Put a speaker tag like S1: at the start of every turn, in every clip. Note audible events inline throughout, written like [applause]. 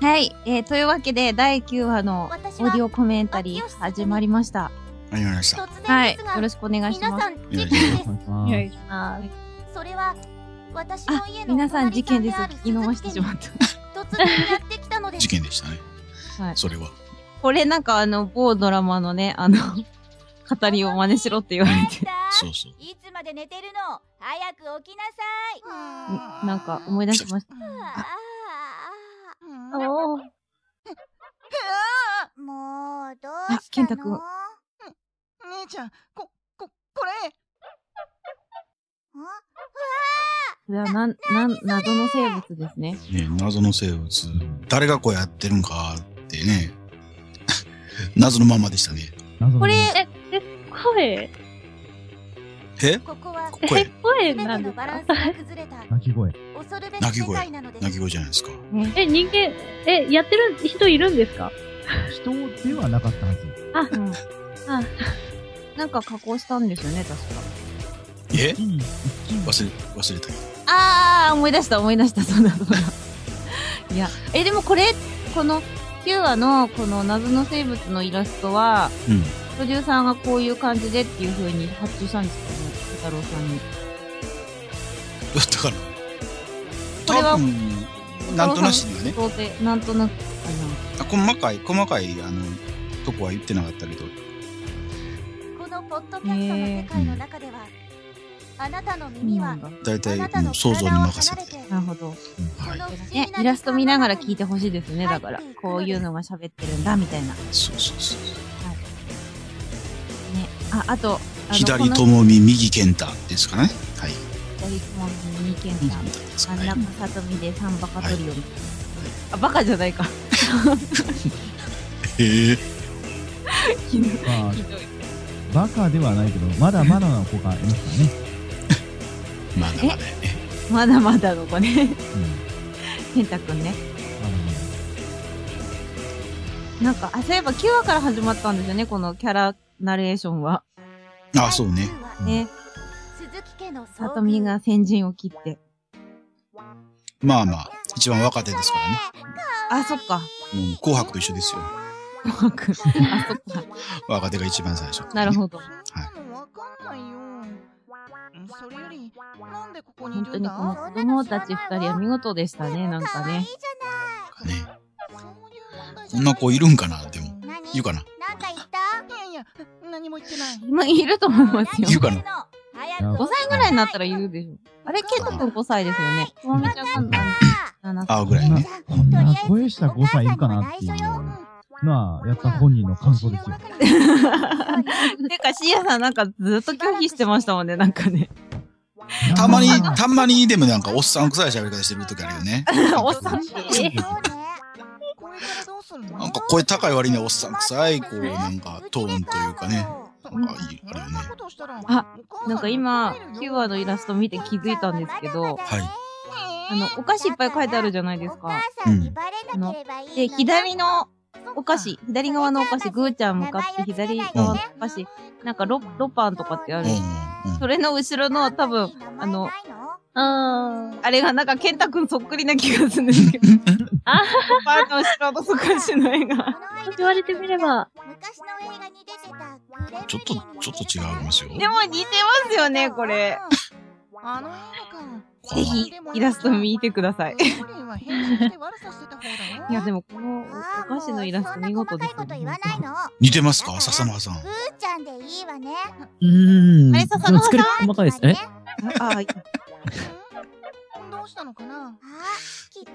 S1: はい、えーというわけで第9話の
S2: 私
S1: オ
S2: は
S1: ーディオコメンタリー始まりました。
S3: 始まりました。
S2: 突
S1: は
S2: 然
S1: い
S2: ですが、、
S1: よろしくお願いし
S2: 皆
S1: ます。
S2: さん事件です。
S1: お願
S4: い
S1: いします
S2: それは私の
S1: あ
S2: 家、の
S1: 皆さん事件です。
S2: お隣
S1: 聞き逃してしま
S2: さん
S1: っ
S2: である鈴木家に突然やってきたのです。
S3: 事件でしたね。
S1: た。はい。
S3: それは。
S1: これなんかあの、某ドラマのね、あの、語りを真似しろって言われて、
S3: そうそう。
S2: いつまで寝てるの早く起きなさい
S1: んなんか思い出しました。
S2: あ
S1: お
S2: ー
S1: ー
S2: もうど
S1: あ
S2: う
S1: 健
S2: し
S1: 太
S2: た
S1: くん
S2: の
S5: 姉ちゃん、こ、こ、これ
S1: これはなん、なん、謎の生物ですね。
S3: ね謎の生物。誰がこうやってるんかってね。 [laughs] 謎のままでしたね。
S1: これ、
S6: 声、
S3: え
S2: ここは
S3: 声
S6: え、声
S2: 全
S6: な
S2: て
S6: んで
S2: の
S6: す
S2: バラン
S6: か
S2: スが崩れた
S4: 鳴き声。
S2: 恐るべき世界なのです
S3: 泣き声じゃないですか。
S6: [laughs] え、人間、え、やってる人いるんですか
S4: 人ではなかったはず。
S1: うん
S6: あ。
S1: なんか加工したんですよね、確か。
S3: え
S4: いい、
S3: 忘れ、忘れた。
S1: あー、思い出した、思い出した、そうだ、そうだ。いや、え、でもこれ、この9話のこの謎の生物のイラストは、
S3: うん。
S1: プロデューサーがこういう感じでっていう風に発注したんですかね、小太郎さんに。
S3: だから、
S1: これは
S3: 多分、なんとなしにはね、
S1: 想定、なんとなく、あの、
S3: あ細かい、細かい、あの、とこは言ってなかったけど、
S2: このポッドキャストの世界の中ではあなたの耳は
S1: な
S3: 大
S2: あ
S3: 体、
S2: なた
S3: も
S2: の
S3: う想像に
S2: 体を
S3: 任せ
S2: 離れ
S3: て。
S2: て
S1: るほど。
S2: こ
S3: はい。
S2: の不思議
S1: ね、
S2: な
S1: イラスト見ながら聞い
S2: 時
S1: て
S2: 間の中
S1: ほ
S2: に
S1: しいですね、だから。こういうのが喋ってるんだ、みたいな。ね。
S3: そうそうそう。
S1: あ、あと、あの
S3: 左
S1: こ
S3: と
S1: の
S3: もみ、右健太ですかね。はい。
S1: 左ともみ、右
S3: 右
S1: 健
S3: 健
S1: 太。
S3: 太ですか
S1: 真
S3: ね。
S1: ん
S3: はい
S1: 中さとみで三バカトリオみたいな。あ、バカじゃないか。
S3: へえ。
S1: ひどい。
S4: まあ、
S1: ひどい
S4: バカではないけど、まだまだな子がいますからね。
S3: まだまだね。
S1: まだまだの子ね。 [laughs]
S4: うん
S1: 健太くんね。
S4: あのね。
S1: なんか、あ、そういえば9話から始まったんですよね、このキャラナレーションは。
S3: あ、そうね。
S1: ね。
S2: 鈴木家の
S1: さとみが先陣を切って。
S3: まあまあ、一番若手ですからね。
S1: あ、そっか。 [laughs]
S3: もう紅白と一緒ですよ。
S1: 紅白。あ、そっか。
S3: 若手が一番最初、
S1: なるほど。
S5: そんなのわかんないよ。それより、なんでここにい
S1: 本当
S5: るん
S1: に
S5: だ
S1: この子供たち二人は見事でしたね、なんかね。
S3: ね。
S5: そういう問題じ
S3: こ
S5: ゃ
S3: ん
S5: な
S3: な
S5: い
S3: 子いるんかなでも。
S2: 何
S3: 言うかな
S2: なんか言った
S5: いやいや、何も言ってない。
S1: 今いると思いますよ。
S3: 言うかな
S1: 5歳ぐらいになったら言うでしょ。あれ、ケイトくん5歳ですよね。ともみちゃんが7歳。
S3: 青ぐらいね。
S4: こんな声した5歳いるかなっていうのは、やった本人の感想ですよ。
S1: てか、シーヤさんなんかずっと拒否してましたもんね、なんかね。
S3: たまに
S4: なん、か
S3: たまにでもなんかおっさん臭い喋り方してる時あるよね。
S1: [laughs] おっさんって。
S5: これからどうするの
S3: なんか声高い割にはおっさん臭い、こうなんかトーンというかね。なんかいい、あるよね。
S1: あなんか今、キューワのイラスト見て気づいたんですけど、
S3: はい
S1: あの、お菓子いっぱい書いてあるじゃないです
S2: お母
S1: か。
S2: さんにバレなければいいの
S1: で、左のお菓子、左側のお菓子、ぐーちゃん向かって左側のお菓子、なんかロロパンとかってあ
S3: う
S1: る
S3: ん
S1: それの後ろの多分、あの、
S6: あー
S1: あれがなんか健太くんそっくりな気がするんです [laughs] けど、
S6: あ
S1: ロパンの後ろのそっくりしない [laughs] が。
S6: 言われてみれば、
S2: 昔の映画に出てたグレムリンに似てるかな
S3: ちょっと、ちょっと違いますよ。
S1: でも似てますよね、これ。。
S5: あの映
S3: こ
S1: ぜ
S3: の
S1: ひ、イラスト見てください。
S5: 画か。は変身して悪さしてた方だよ
S1: いや、でもこの
S2: あー
S1: お菓子のイラスト見事です
S2: もうそんな細かいこと言わないの。
S3: 似てますか笹間さん。
S2: ぐーちゃんでいいわね。
S7: うーん。
S1: あれ笹野さん
S7: 作り方細かいですね。
S1: あ、あ
S5: うんどうしたのかな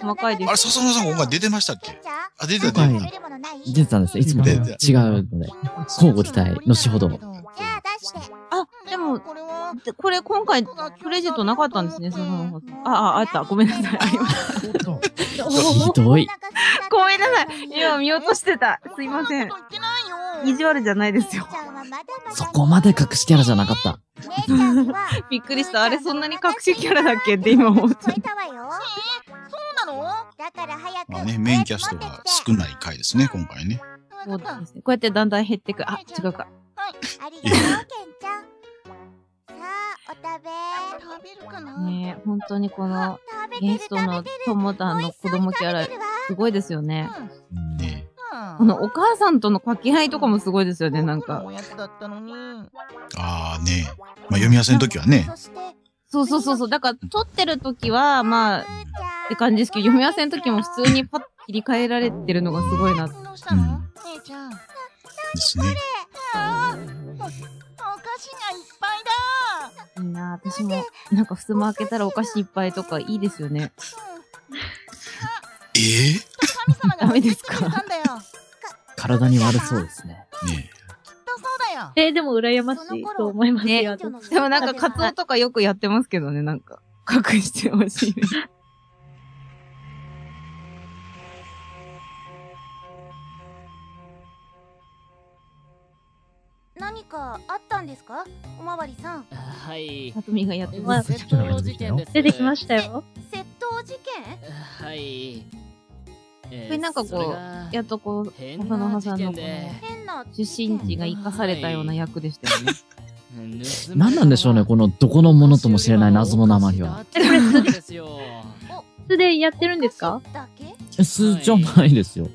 S1: 細かいです
S3: あれ、笹間さん今回出てましたっけあ、出てた、
S7: 今回
S3: 出て
S7: は
S3: た。
S7: 出てたんですよ。いつもと違う
S3: 出
S7: ので。乞うご期待後ほど
S2: じゃあ出して。
S1: あ、でも、
S5: これは、
S1: でこれ今回クレジットなかったんですね、笹野さん。あ、あ、あった。ごめんなさい。ありました。
S4: ちょっと
S7: ひどい。
S1: ごめんなさい。今見落としてた。すいません
S5: そ。なこと言ってないよ
S1: 意地悪じゃないですよ。。
S7: そこまで隠しキャラじゃなかった。
S1: [laughs] びっくりした。あれ、そんなに隠しキャラだっけって今思っちゃ
S2: 聞こえたわよ。
S5: そうなの
S2: だから早く。
S3: まあね、メインキャストが少ない回ですね、今回ね。
S1: う。
S5: わ
S1: そ
S5: か
S1: う
S5: っ
S1: ですね。こうやってだんだん減ってく。あ、違うか。
S2: ありがとう、けんちゃん。さあ、お食べ。
S5: た食べるかな、
S1: ねえ、本当にこの
S2: 食べて
S1: ゲ
S2: る
S1: ス
S2: 食
S1: トの
S2: べてる。
S1: 友達の子供キャラ、
S2: 美味しそうに食べてるわ
S1: すごいですよね。
S4: うん
S3: ね
S1: このお母さんとの掛け合いとかもすごいですよね、なんか。
S5: おやつだったの
S1: [laughs]
S5: に。
S3: ああねまあ読み合わせの時はね。
S2: そして
S1: そうそうそうそう。だから、撮ってる時は、まあ、って感じですけど、読み合わせの時も普通にパッと切り替えられてるのがすごいな。
S5: どうしたの、姉ちゃん。
S3: ですね。
S5: ああ、おお菓子がいっぱいだ。
S1: いいな私も、なんか、襖開けたらお菓子いっぱいとかいいですよね。
S3: ええ
S5: 神様
S1: ダ
S5: が
S1: メですか
S5: 作ってくれたんだよ。きっ
S7: 体に悪そうですね。
S3: ね
S5: とそうだよ。
S6: え、でも羨ましいと思います
S1: ね
S6: よ。私
S1: でもなんか、カツオとかよくやってますけどね、なんか、隠してほしい。
S2: 何かあったんですかおまわりさん
S8: はい。
S1: さとみがやって
S8: 窃
S1: ます。
S8: 盗事件です。
S6: 出てきましたよ。
S2: 窃盗事件
S8: た。はい。え
S1: これなんかこう
S8: それが
S1: やっとこう、
S8: 変
S1: 浅
S8: な
S1: 野
S8: 事
S1: さんの
S8: 件
S1: こ
S8: で
S1: の、
S2: 変な
S1: 出身地が生かされたような役でしたよね。
S8: 盗まれたのは
S7: [laughs] 何なんでしょうね、このどこのものとも知れない謎の鉛は。。
S8: え、これなんですよ。
S6: 普通でやってるんですか
S2: だけ
S7: え素じゃないですよ。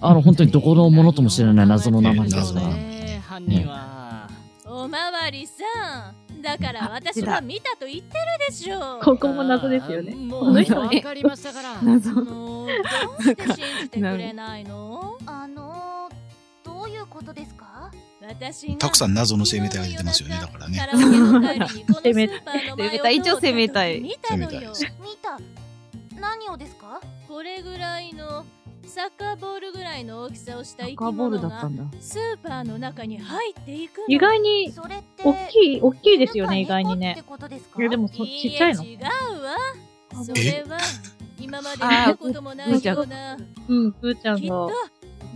S7: あの、本当にどこのものとも知れない謎の鉛
S3: ね
S7: で
S3: 謎
S7: す
S3: の
S7: か
S3: 名
S7: ら
S3: 前。
S8: ね犯人は。
S9: おまわりさんだから私は見たと言ってるでしょう
S6: ここも謎ですよ
S8: あ
S6: ね。
S8: ーも
S6: この
S8: う、
S6: 人
S8: わか
S6: [laughs]
S8: りましたから。
S1: 謎。
S9: もうどうして信じてくれない
S6: [laughs]
S9: の
S2: あのー、どういうことですか
S9: 私が
S3: たくさん謎の生命体が出てますよね、だから
S9: カ
S3: ね。
S9: ラオケの帰りにこのスーパーの前を通った時
S1: 一応攻めたい
S9: 見たのよ
S2: 見た何をですか
S9: これぐらいのサッカーボールぐらいの大きさをした生
S1: サッ
S9: き
S1: カーボール
S9: 物
S1: だった
S9: が
S1: んだ。
S9: スーパーの中に入っていくの
S6: 意外に、
S2: それって
S6: 大きい、大きいですよね、
S2: 犬
S6: 意
S2: か
S6: 外
S2: 猫
S6: にね
S2: っ。てことですか
S6: いや、でも、そ
S9: い
S6: ち
S9: い
S6: っちゃ
S9: え
S6: いの。
S9: 違うわそれは今まで
S1: あー
S9: 見たこともないような
S6: うん、ブーちゃん
S9: きっ
S6: が
S9: と。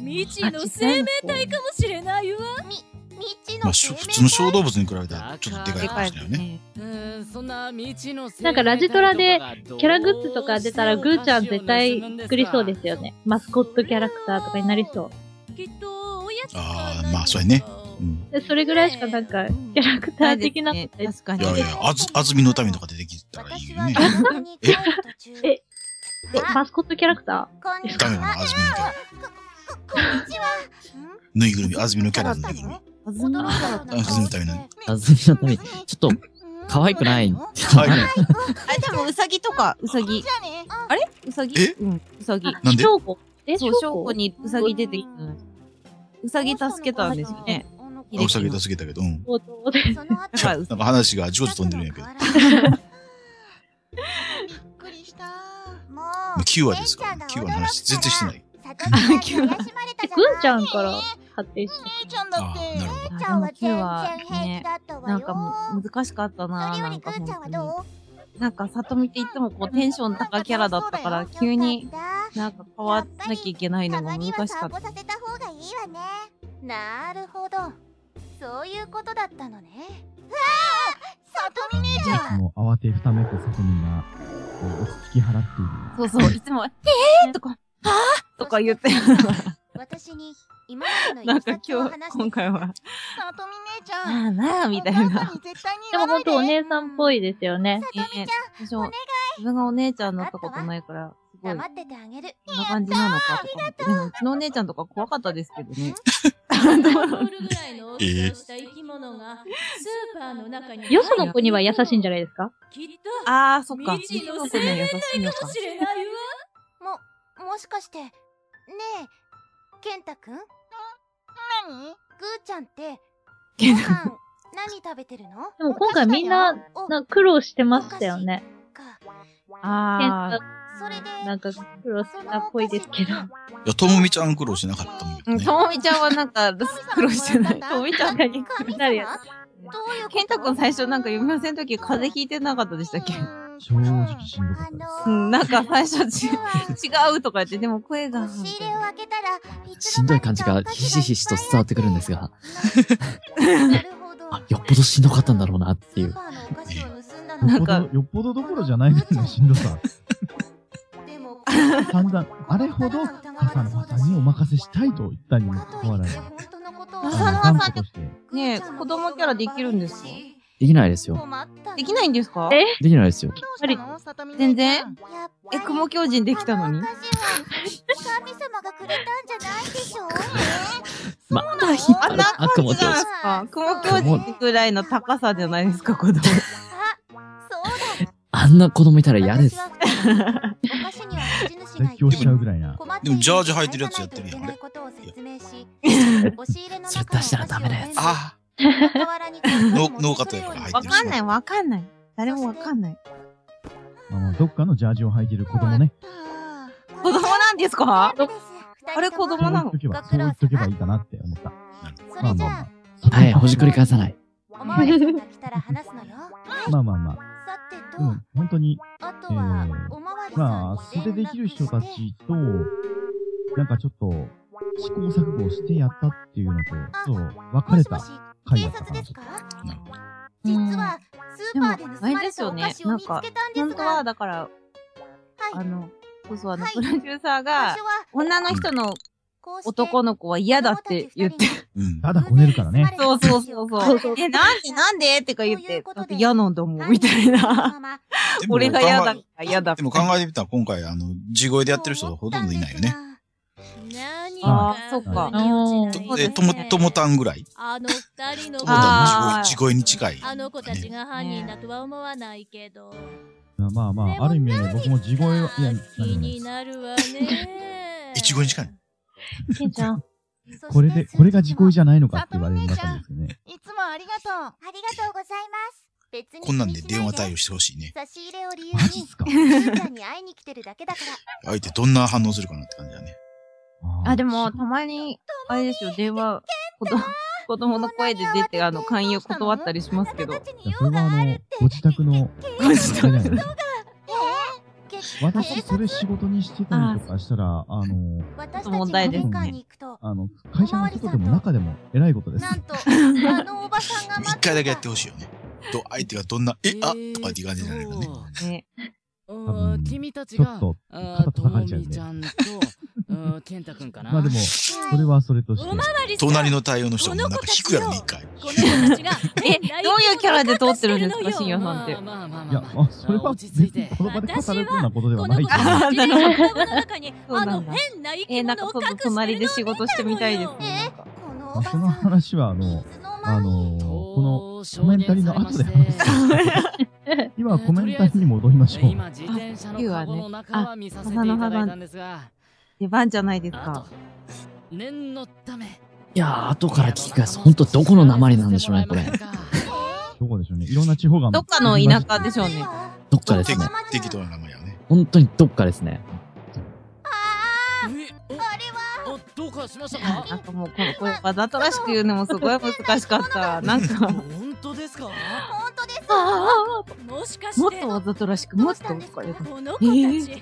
S9: 未知の生命体かもしれないわ
S2: 未知
S3: ま
S2: の
S3: あ、し
S2: 生
S3: ょ
S2: 命体
S3: 普通の小動物に比べたらちょっとでかいかもしれないよね。
S8: うーんそんな道の
S6: なんかラジトラでキャラグッズとか出たら、グーちゃん絶対作りそうですよね。マスコットキャラクターとかになりそう。
S9: きっとおやつか
S3: あー
S9: 何か
S3: まあそれねうん。
S6: でそれぐらいしかなんか、キャラクター的な。
S1: ね確か
S3: い
S1: に。
S3: やいや、あず、あずみの民とか出てきたらいい
S2: 私
S3: よ
S2: は
S3: ね。
S2: 自宅に帰る途中
S6: ええ
S2: あ
S6: マスコットキャラクタ
S2: こんにち
S3: ダメだ
S2: は
S3: な、あずみのキャラ。
S2: ここんにちは
S3: ぬいぐるみ、あずみのキャラのぬいぐるみ。
S1: あずみ
S2: 驚いた
S7: [laughs]
S2: ような顔して
S3: あずみのためな
S7: あずみのために、ちょっと、可愛くない。
S3: 可愛くない
S1: あ、でも、うさぎとか、うさぎ
S5: じ。ゃあね。
S1: あれうさぎ
S3: え
S1: うん、うさぎ
S6: ー。。
S3: なんで
S6: 証拠。え、
S1: そ
S6: 証
S1: う、証
S6: 拠
S1: 拠にうさぎ出てきた。うさぎ助けたんですよね。
S2: あの子
S1: 秀樹
S3: あうさぎ助けたけど、うん。
S6: 冒頭で。
S2: そ
S3: [laughs]
S2: の後
S1: だから、う
S3: なんか話があちこち飛んでるんやけど。
S5: びっくりした。
S2: もう
S3: 9話ですから、9話の話全然してない。
S2: 里ちゃんが癒しまれた
S6: え、
S2: じ
S6: ぐ
S2: ゃない
S6: んちゃんから発展し
S5: 姉ちゃんだ
S3: あ
S5: っ
S3: あ、なる
S5: て。
S3: ほど。
S2: ちゃんは全然平気だったわ
S1: な
S2: よ
S1: んかもう難しかったな
S2: それ
S1: な
S2: より
S1: ん
S2: ぐ
S1: か
S2: ー
S1: 本
S2: ちゃんはど
S1: 当
S2: う
S1: に。なんか、里見って言っても、こう、テンション高いキャラだったから、急に
S2: よ、かっ
S1: なんか変わらなきゃいけない
S2: た
S1: の
S2: た
S1: が
S2: ま
S1: 難
S2: に
S1: し
S2: は
S1: か
S2: 散
S1: った
S2: 歩。させた方がいいわねなるほどそういうことだったのね
S5: さとみ姉ちゃ
S4: いつ
S5: ん。
S4: も慌てふためくさとみが、こう、落ち着き払っている。
S1: そうそう、いつも、えーとか、はぁ [laughs] とか言
S2: [laughs]
S1: って。
S2: 私に今まで
S1: な
S2: の
S1: いん
S2: き
S1: か
S2: さ
S1: 今日
S2: つを話、して
S1: 今回は、
S5: さとみ姉ち
S1: あ
S5: ゃん。
S1: ー [laughs] なあみたい
S5: お母
S1: な
S5: さん。に絶対に
S6: で
S5: 言
S6: も
S5: わないで。
S6: 本当お姉さんっぽいですよね。
S1: ええ私も自分がお姉ちゃんになったことないから、すごい、
S2: 黙っててあげる
S1: こんな感じなのかとか思って。でも、うちのお姉ちゃんとか怖かったですけど [laughs] ね。
S9: ボールぐらいの大きさをした生き物がスーパーの中に
S6: よその子には優しいんじゃないですか
S9: きっと
S1: あー、そっか。
S9: 未知の
S1: 生命優しいの
S9: か
S1: か
S9: も。しれないわ
S2: ももしかしてねえ健太くんぐー
S5: 何
S2: ちゃんってご
S1: 健
S2: 飯
S1: 太
S2: 何食べてるの
S6: でも今回みんな、
S2: お
S6: なんか苦労してましたよね。
S2: か
S1: あ
S2: それで
S6: なんか苦労したっぽいですけど。
S3: いや、ともみちゃん苦労しなかったもん
S1: ー、うん、
S3: ね。
S1: ともみちゃんはなんか、苦労してない。ともみちゃんが、
S6: 何
S2: 神様
S6: なるや
S2: どういうこと
S1: 健太くん最初なんか読みませんとき風邪ひいてなかったでしたっけ
S4: 正直しんどかったです。
S1: うん、なんか最初
S2: 実
S1: ち、
S2: は
S1: 違うとか言って、でも声が。
S2: 押し入れを開けたらいつ
S7: しんどい感じがひしひしと伝わってくるんですが、
S2: なるほど
S7: あ、よっぽどしんどかったんだろうなって
S2: ス
S7: い
S2: ー
S7: う。
S2: パーのお菓子を盗んだの
S1: なん
S4: よっ
S1: か
S4: ぽど、よっぽどどころじゃないぐらいのしんどさ。
S2: でも
S4: 散々、あれほど、朝の方にお任せしたいと言ったにも
S2: か
S4: か
S2: と
S4: かわ
S2: い
S4: ら
S2: って
S4: ず、
S2: 本当のことを
S1: あ
S4: あの、
S1: 浅
S4: 頑
S1: 野さん
S4: 固として、
S1: ねえ子供キャラできるんですか
S7: できないですよ。
S2: 困った
S1: できないんですか
S6: え
S7: できないですよ。
S5: どうしたのさとみ姉ちゃん
S1: 全然
S2: やっぱり
S1: え、雲狂人できたのに
S2: あお菓子は神様がくれたんじゃないでしょう
S7: また引っ
S1: あ
S7: 張
S1: ん
S7: る
S1: な
S7: 悪
S1: 感
S7: 魔
S1: じじ
S7: と
S1: ゃないですか。雲教室ぐらいの高さじゃないですか、子供。
S2: あ、そうだ。
S7: あんな子供いたら嫌です
S2: 私。は二人お菓子には持ち主がい
S4: 絶叫し
S3: [laughs]
S4: ちゃうぐ
S2: て
S4: らいな。
S2: 困って
S3: でもジャージ履いてるやつやってるやんあれ
S7: それ出したらダメなやつ
S3: あ
S2: [laughs] ノ
S3: ノーカットやから入って
S1: わ
S3: る
S1: かんない、わかんない。誰もわかんない。
S4: まあまあ、どっかのジャージを履いてる子供ね。
S1: 子供なんですかあれ子供
S4: そう
S1: な
S4: 言
S1: の
S4: っとけば、そう言っとけばいいかなって思った。
S2: それじゃあ
S7: はい、ほじくり返さない。
S2: おまわりさんが来たら話すのよ
S4: まあまあまあ、
S2: さて
S4: う
S2: と、
S4: ん、本当に、
S2: あとはおまわりさんに
S4: まあ、素手できる人た
S2: 連絡して
S4: ちと、なんかちょっと、試行錯誤してやったっていうのと、そう、別れた
S2: もしもし
S4: 回
S2: 警
S4: だった
S2: 察
S4: から
S2: で。すか
S3: なるほど
S2: 実はスーパーで盗
S1: でもあ
S2: ま
S1: れ
S2: れ
S1: ですよ
S2: たお
S1: ね
S2: 菓子を見つけたんで
S1: 本
S2: す
S1: 当
S2: が
S1: は、だから、あ
S2: はい
S1: の、そうそう、あの、
S2: はい
S1: プロデューサー
S2: 場
S1: が
S2: 所、
S1: 女の人の
S2: は
S1: 男
S2: の
S1: の子は嫌だって言って、
S3: うん。
S4: ただこねるからね。
S1: そうそうそうそう。え、なんでなんでってか言っ
S2: とい
S1: て
S2: うこ、と
S1: だ
S2: で
S1: って嫌なんだもん、みたいな。
S3: でも
S1: 俺が嫌だ
S3: 考
S1: から嫌だ
S3: えでも考えてみたら今回、あの、地声でやってる人ほとんどいないよね。
S9: 何が
S1: あーそっか
S9: 腑に落ち
S1: ー
S9: ないね
S3: で、とも、ともたんぐらい。
S9: あの二人の子
S3: そう
S1: あー
S3: だね、地声に近い。。
S9: あの子たちが犯人だとは思わないけど。
S4: まあまあ、ある意味、僕も地声を、いや、
S9: 気
S4: 何
S9: になるわね
S3: [laughs] いちごに近い。
S6: ケンちゃん。
S4: これで、これが地声じ
S2: ゃ
S4: ゃないのかって言われるばかりですけどね。
S5: いつもありがと
S2: ありがとうございます別に
S3: こんなんで電話対応
S2: し
S3: してほしいね。
S2: 差し入れを理由
S4: マジっ
S2: に
S4: すか
S2: スーちゃんに会いに来てるだけだから
S3: 相手どんな反応するかなって感じだね。
S1: あ、でも、たまに、あれですよ、電話、子供、子供の声で出て、あの、勧誘断ったりしますけど。
S4: いやそれはあの、ご自
S2: [laughs]
S4: 宅の、
S1: ご自宅の
S4: あれじゃないですか私、それ仕事にしてたりとかしたら、あの、
S2: 私たち
S1: 問題です
S4: ね
S2: が玄関に行くと
S4: あの、会社の外でも中でも、えらいことです。
S2: なんとあのおばさんが待
S3: 一
S2: ってた
S3: 回だけやってほしいよね。ど相手がどんな、え、あとかっていう感じじゃないかね。
S1: ね。
S8: うん君たち
S4: ちょっ
S8: が、
S4: と、
S8: あ
S4: 肩
S8: ー
S4: 叩
S8: と
S4: か
S8: も
S4: れちゃうん
S8: み
S4: で
S8: ち。ゃんと、うん健太くんかな。
S4: まあでも、それはそれとして。
S3: 隣の対応の人もなんか引くやろね、一回。
S9: この子たちが
S1: え、どういうキャラで通ってるんですか、深夜
S8: まあ
S1: さんって。
S8: まあまあ
S4: いや、
S8: まあま
S4: あ、
S8: あ。
S4: それは、
S8: 落ち着いて。
S4: この場で語るようなことで
S9: こ
S4: は
S9: の
S4: な
S9: 子
S4: い。
S9: たちが
S1: あーなるほど
S9: 双子の中
S6: [laughs]
S9: に
S1: そう
S9: あ
S1: な
S9: の
S1: んだ
S9: 変な生
S1: え
S9: き
S1: なん
S9: 物
S1: か
S9: を
S1: そ
S9: 隠して
S1: う
S9: る
S1: 隣で仕事してみたいです
S9: え
S1: ね。
S2: このお
S4: ま
S2: ば
S4: あ
S2: さ
S4: その
S2: ん
S4: 話は、あの
S2: い、つの
S4: あ
S2: 間に
S4: の、この、
S8: の
S4: コメンタリーの後で話す。今はコメンタリーに戻りましょう。
S8: 今自転車のカゴの中は見させていただいたんですが、
S1: 出番じゃないです
S8: あ
S1: か
S8: と。念のため。
S7: いやー、後から聞き返す。ほんとどこの鉛なんでしょうね、これ。
S4: どこでしょうね。いろんな地方が。
S1: どっかの田舎でしょうね。
S7: どっかですね。
S3: 適当な名前やね。
S7: 本当にどっかですね。
S8: あれは。おどうかしましたか。
S1: なんかもう、この、これ、わざとらしく言うのもすごい難しかった。なんか、
S8: 本当ですか。
S2: 本当です
S1: ああ
S9: もしか
S1: も
S9: し
S1: ってとわざとらしく、もっと、とか言うと
S9: この子た
S1: え
S9: ち、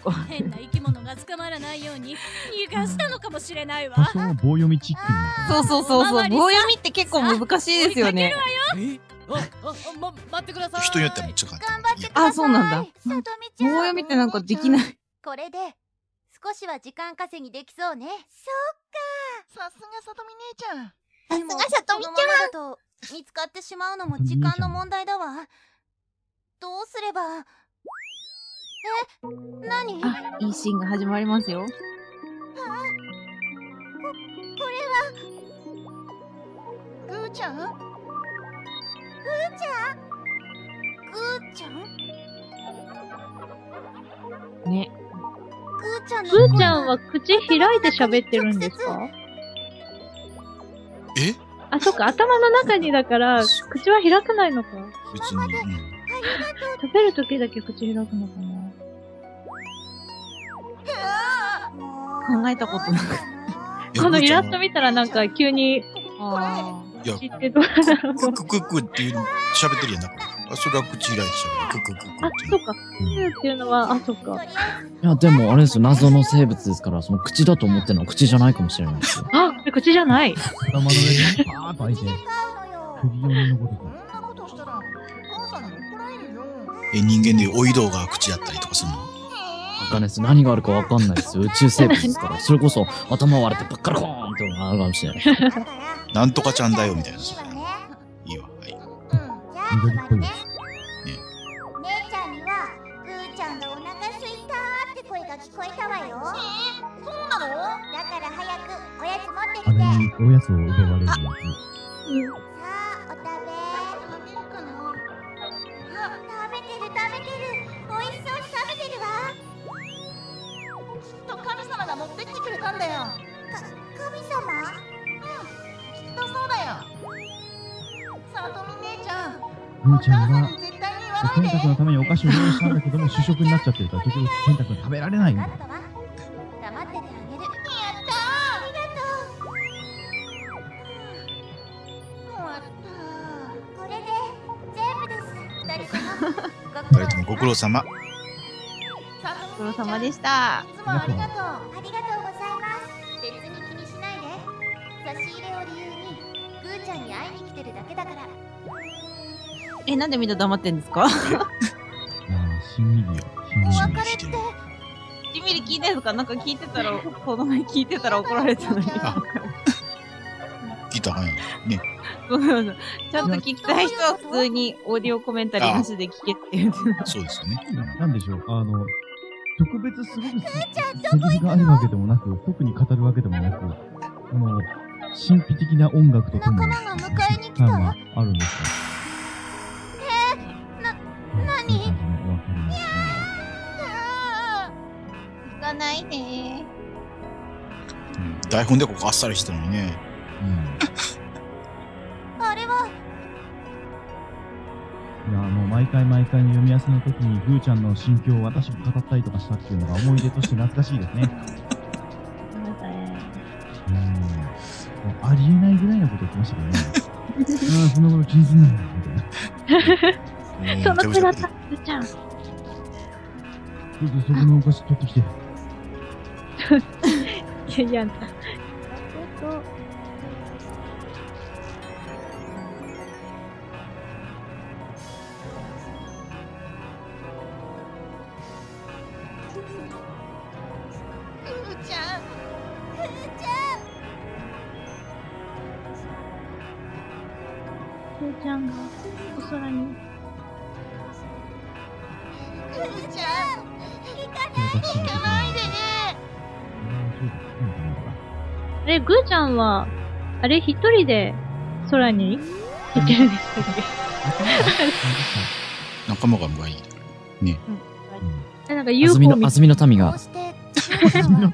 S1: ー、とか。
S9: 変な生き物が捕まらないように逃がしたのかもしれないわ
S4: 多少の棒読みチック
S1: そうそうそう
S9: おま
S1: そ
S9: わ
S1: う。
S9: りさん
S1: 棒読みって結構難しいですよね。
S8: えああま待ってください。
S3: 人によってはめっちゃ簡
S2: 頑
S3: 単。
S2: 張ってください
S1: あそうなんだ
S2: さとみち
S1: 棒
S2: ゃん
S1: 読みってなんかできない。
S2: これで少しは時間稼ぎできそうね
S5: さすがさとみ姉ちゃん。
S2: そう
S5: さ
S2: すがさとみちゃんだと見つかってしまうのも時間の問題だわどうすればえ何こ
S1: あ、いいシーンが始まりますよ。
S5: ぐーちゃん
S2: れはぐーちゃん
S1: ね。
S2: ぐーちゃんの
S6: ぐーちゃんは口開いて喋ってるんですか
S3: え
S6: あ、そっか、頭の中にだから、口は開かないのか。
S3: 別に。
S6: 食べるときだけ口開くのかな。
S1: 考えたことな
S6: このイラスト見たらなんか急に
S1: あ
S3: いや、
S6: 知ってどうなる
S3: クッククックっていうの喋ってるやんな。あ、それは口開いて喋る。クッククック
S6: あ
S3: っ、
S6: そ
S3: て
S6: っ。か、キューっていうのは、あ、そっか。
S7: いや、でもあれですよ、謎の生物ですから、その口だと思ってるのは口じゃないかもしれないですよ。
S6: あ、口じゃない。
S4: 頭の上にパーッと開いて、
S2: よ
S4: 首読みのこ
S5: こんなことしたらお母さんに怒られるよ。
S3: え、人間でお移動が口だったりとかするの
S7: わかんないです。何があるかわかんないですよ。宇宙生物ですから。それこそ、頭割れてばっかりコーンってのがあるかもしれない。
S2: だから
S3: なんとかちゃんだよ、みたいな。
S2: いいわね
S3: いいわ。はい。
S2: じゃあ
S5: うん。
S2: 決まりね
S3: ね
S2: 姉ちゃんにはぐーちゃんがお腹すいたーって声が聞こえたわわよ。えそうなのだから早くおやつ持ってきて。
S4: 姉におやつを奪われるや
S2: さ
S4: つ。
S2: あ、お食べ。食べるかな食べてる食べてる。おいしそうに食べてるわ。
S5: きっと神様が持ってきてくれたんだよ。
S2: か、神様
S5: きっとそうだよ。さとみ姉ちゃん、
S4: む
S5: お
S4: ーちゃ
S5: 母
S4: ん
S5: さん
S4: は
S5: に、絶対に言わ
S4: そう
S5: ない
S4: 健。
S5: で
S4: 太君のためにお菓子を用意したんだけども、主食になっちゃってるから、結局健太君食べられないん
S2: わか
S4: だよ
S2: っ。たわ。黙っててあげる。やったありがとう。
S5: 終わった。
S2: これで全部です。二人とも。 [laughs]
S3: 二人ともご苦労様。
S1: ご苦労様でした。
S5: いつもありがとう。
S2: ありがとうございます。別に気にしないで。差し入れを理由に、ぐーちゃんに会いに来てるだけだから。
S1: え、なんでみんな黙ってんですか
S4: いやー、しんみりよ。しんみ
S2: お
S4: り。
S2: 別れって、
S1: しんみり聞いてんですかなんか聞いてたら、この前聞いてたら怒られたのに。
S3: あ聞いたらあかんやん。
S1: [laughs] ごめんなさい。ちゃんと聞きたい人は普通にオーディオコメンタリーなしで聞けって言ってた。
S3: そうですよね。
S4: なんでしょう、あの、特別すごくセリフがあるわけでもなく、特に語るわけでもなく、あの、神秘的な音楽とともに、
S2: 仲間が迎えに来た
S4: 感はあるんですえー、な、なに
S1: 聞かないね。
S3: うん台本でここあっさりしてたのにね。
S2: あれは、
S4: いやもう毎回毎回読み合わせの時にぐーちゃんの心境を私も語ったりとかしたっていうのが思い出として懐かしいですね。
S6: なんかね、
S4: うん。もうありえないぐらいのこと言ってましたけどね。うん、そんなこと気にすんなよ、みたい
S3: う
S4: な。
S3: ん
S6: その手だっ
S3: めち
S6: た
S3: ゃ、
S6: ぐーちゃん。
S4: ちょっとそこのお菓子取ってきて。
S6: いやいや、
S2: ぐーちゃん。ぐーちゃん。
S6: ぐーちゃんがお空に。
S2: ぐーちゃん。行かない。
S4: お菓子
S2: 行かないで。
S4: あーそうだそうだそうだ
S6: え、ぐーちゃんは、あれ一人で空に行ってるんでしたっ
S3: 仲間がいい。
S6: けえ、なんか
S7: あずみ
S6: UFO
S7: の、
S6: 見
S7: あ
S6: た
S7: ずみの民
S2: こ
S7: が
S2: う、して、ぐーちゃんは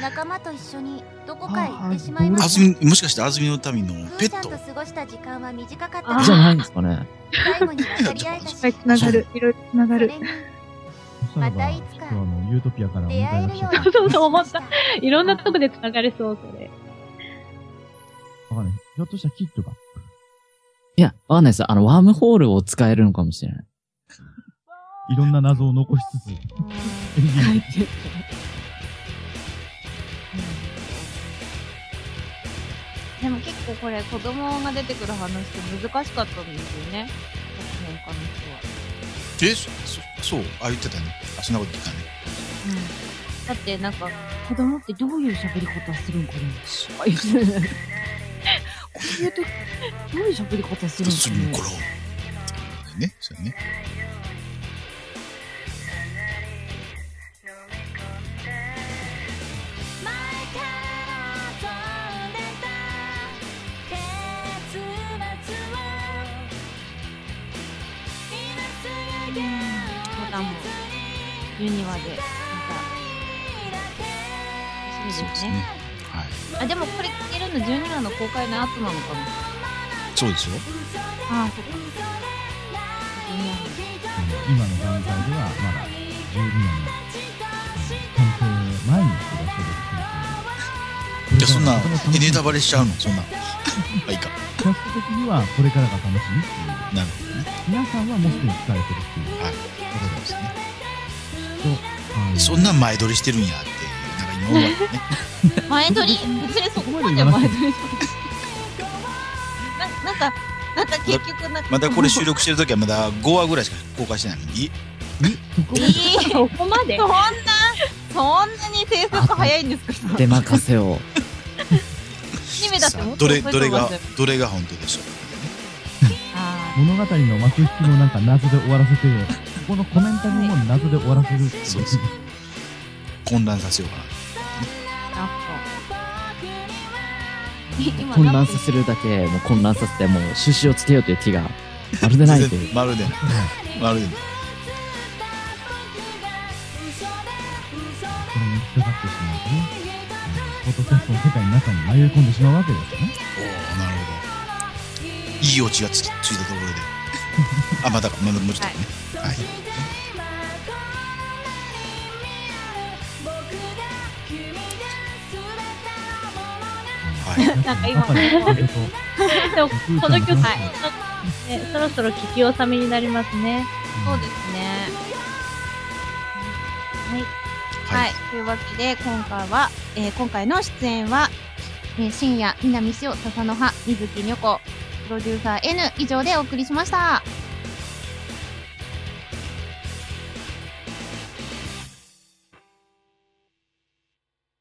S2: 仲間と一緒にどこかへ行ってしまいま
S3: あ
S2: し
S3: ずみ、もしかしてあずみの民の
S2: た。ぐ
S3: ペ
S2: ーちゃ
S3: ッ
S2: んと
S3: ト
S2: 過ごした時間は短かっ
S6: あ
S2: た
S7: じゃないんですかね。
S2: 最後に分かり合えたし、それに
S3: ながる。
S6: いろいろつながる。
S4: そしたらば、ちょっとあの、ユートピアからお
S2: 出会え
S4: 迎え
S2: る
S4: が
S2: よ
S4: 来
S2: う
S4: て
S2: に。
S6: そうそう思った。いろんなとこでつながれそう、それ。
S4: わかんない。ひょっとしたらキットが。
S7: いや、わかんないです。あの、ワームホールを使えるのかもしれない。
S4: いろんな謎を残しつつ。
S1: でも結構これ子供が出てくる話って難しかったんですよね。作品家の人は。
S3: え、そ、そそう、あ、言ってたね。あ、そんなこと言ってたね。
S1: だってなんか子供ってどういう喋り方するんかなとか言ってこういう時どういう喋り方する
S3: どうする
S1: ん
S3: の
S1: か
S3: か
S1: な
S3: なね、それね。
S1: またもうユニワでまた楽し
S3: そう
S1: みで
S3: ですす
S1: ね
S3: ね。はい。
S1: あでもこれ聞けるの12話の公開の後なのかも
S3: そうですよ。
S1: ああそっか12
S4: 今の段階ではまだ12年の関係前に暮らしてる
S3: いや、そんな、えネタ
S4: バ
S3: バレしちゃうのそんな。はい、いいか。
S4: キャスト的にはこれからが楽しみって
S3: なるほどね。
S4: いう皆さんはもうすでに聞かれてるっていう
S3: はい。そうですね。
S4: あの
S3: そんなん前撮りしてるんやって、なんか今思ったね。
S1: 話前撮り別にそこまで前撮りななんかなんか結局なんか
S3: まだこれ収録してる時はまだ5話ぐらいしか公開してないのに。
S1: えー
S6: そこまで
S1: そんなそんなに制作早いんですか
S7: 出任せを。
S1: 姫だってもっと
S3: ど
S1: 遅
S3: れ
S1: いと
S3: ど
S1: 思
S3: れ
S1: いま
S3: が
S1: すよ
S3: どれが本当でしょ
S1: あ
S4: 物語の幕引きの
S6: [laughs]
S4: なんか謎で終わらせてここのコメンタリーも謎で終わらせるっていう
S3: そうそう
S4: う
S3: 混乱させようかな。
S1: ラップ。今
S7: 混乱させるだけ、もう混乱させて、もう収集をつけようという気が、まるでないという。
S3: まるでない。まるでない。
S4: これに引っかかってしまうとね、うん、フォトキャストの世界の中に迷い込んでしまうわけですよね。
S3: おおなるほど。いいオチがつきついたところで。あ、まだか、まだもうちょっとね。はい。はい。
S6: [laughs] なんか今
S4: パパにあげと
S6: でも、この曲、
S4: はい
S6: ね、そろそろ聞き納めになりますね。
S1: そうですね。
S3: は
S1: はいい。。というわけで、今回は、えー今回の出演は、えー、深夜、南潮、笹の葉、水木女子、プロデューサー N 以上でお送りしました。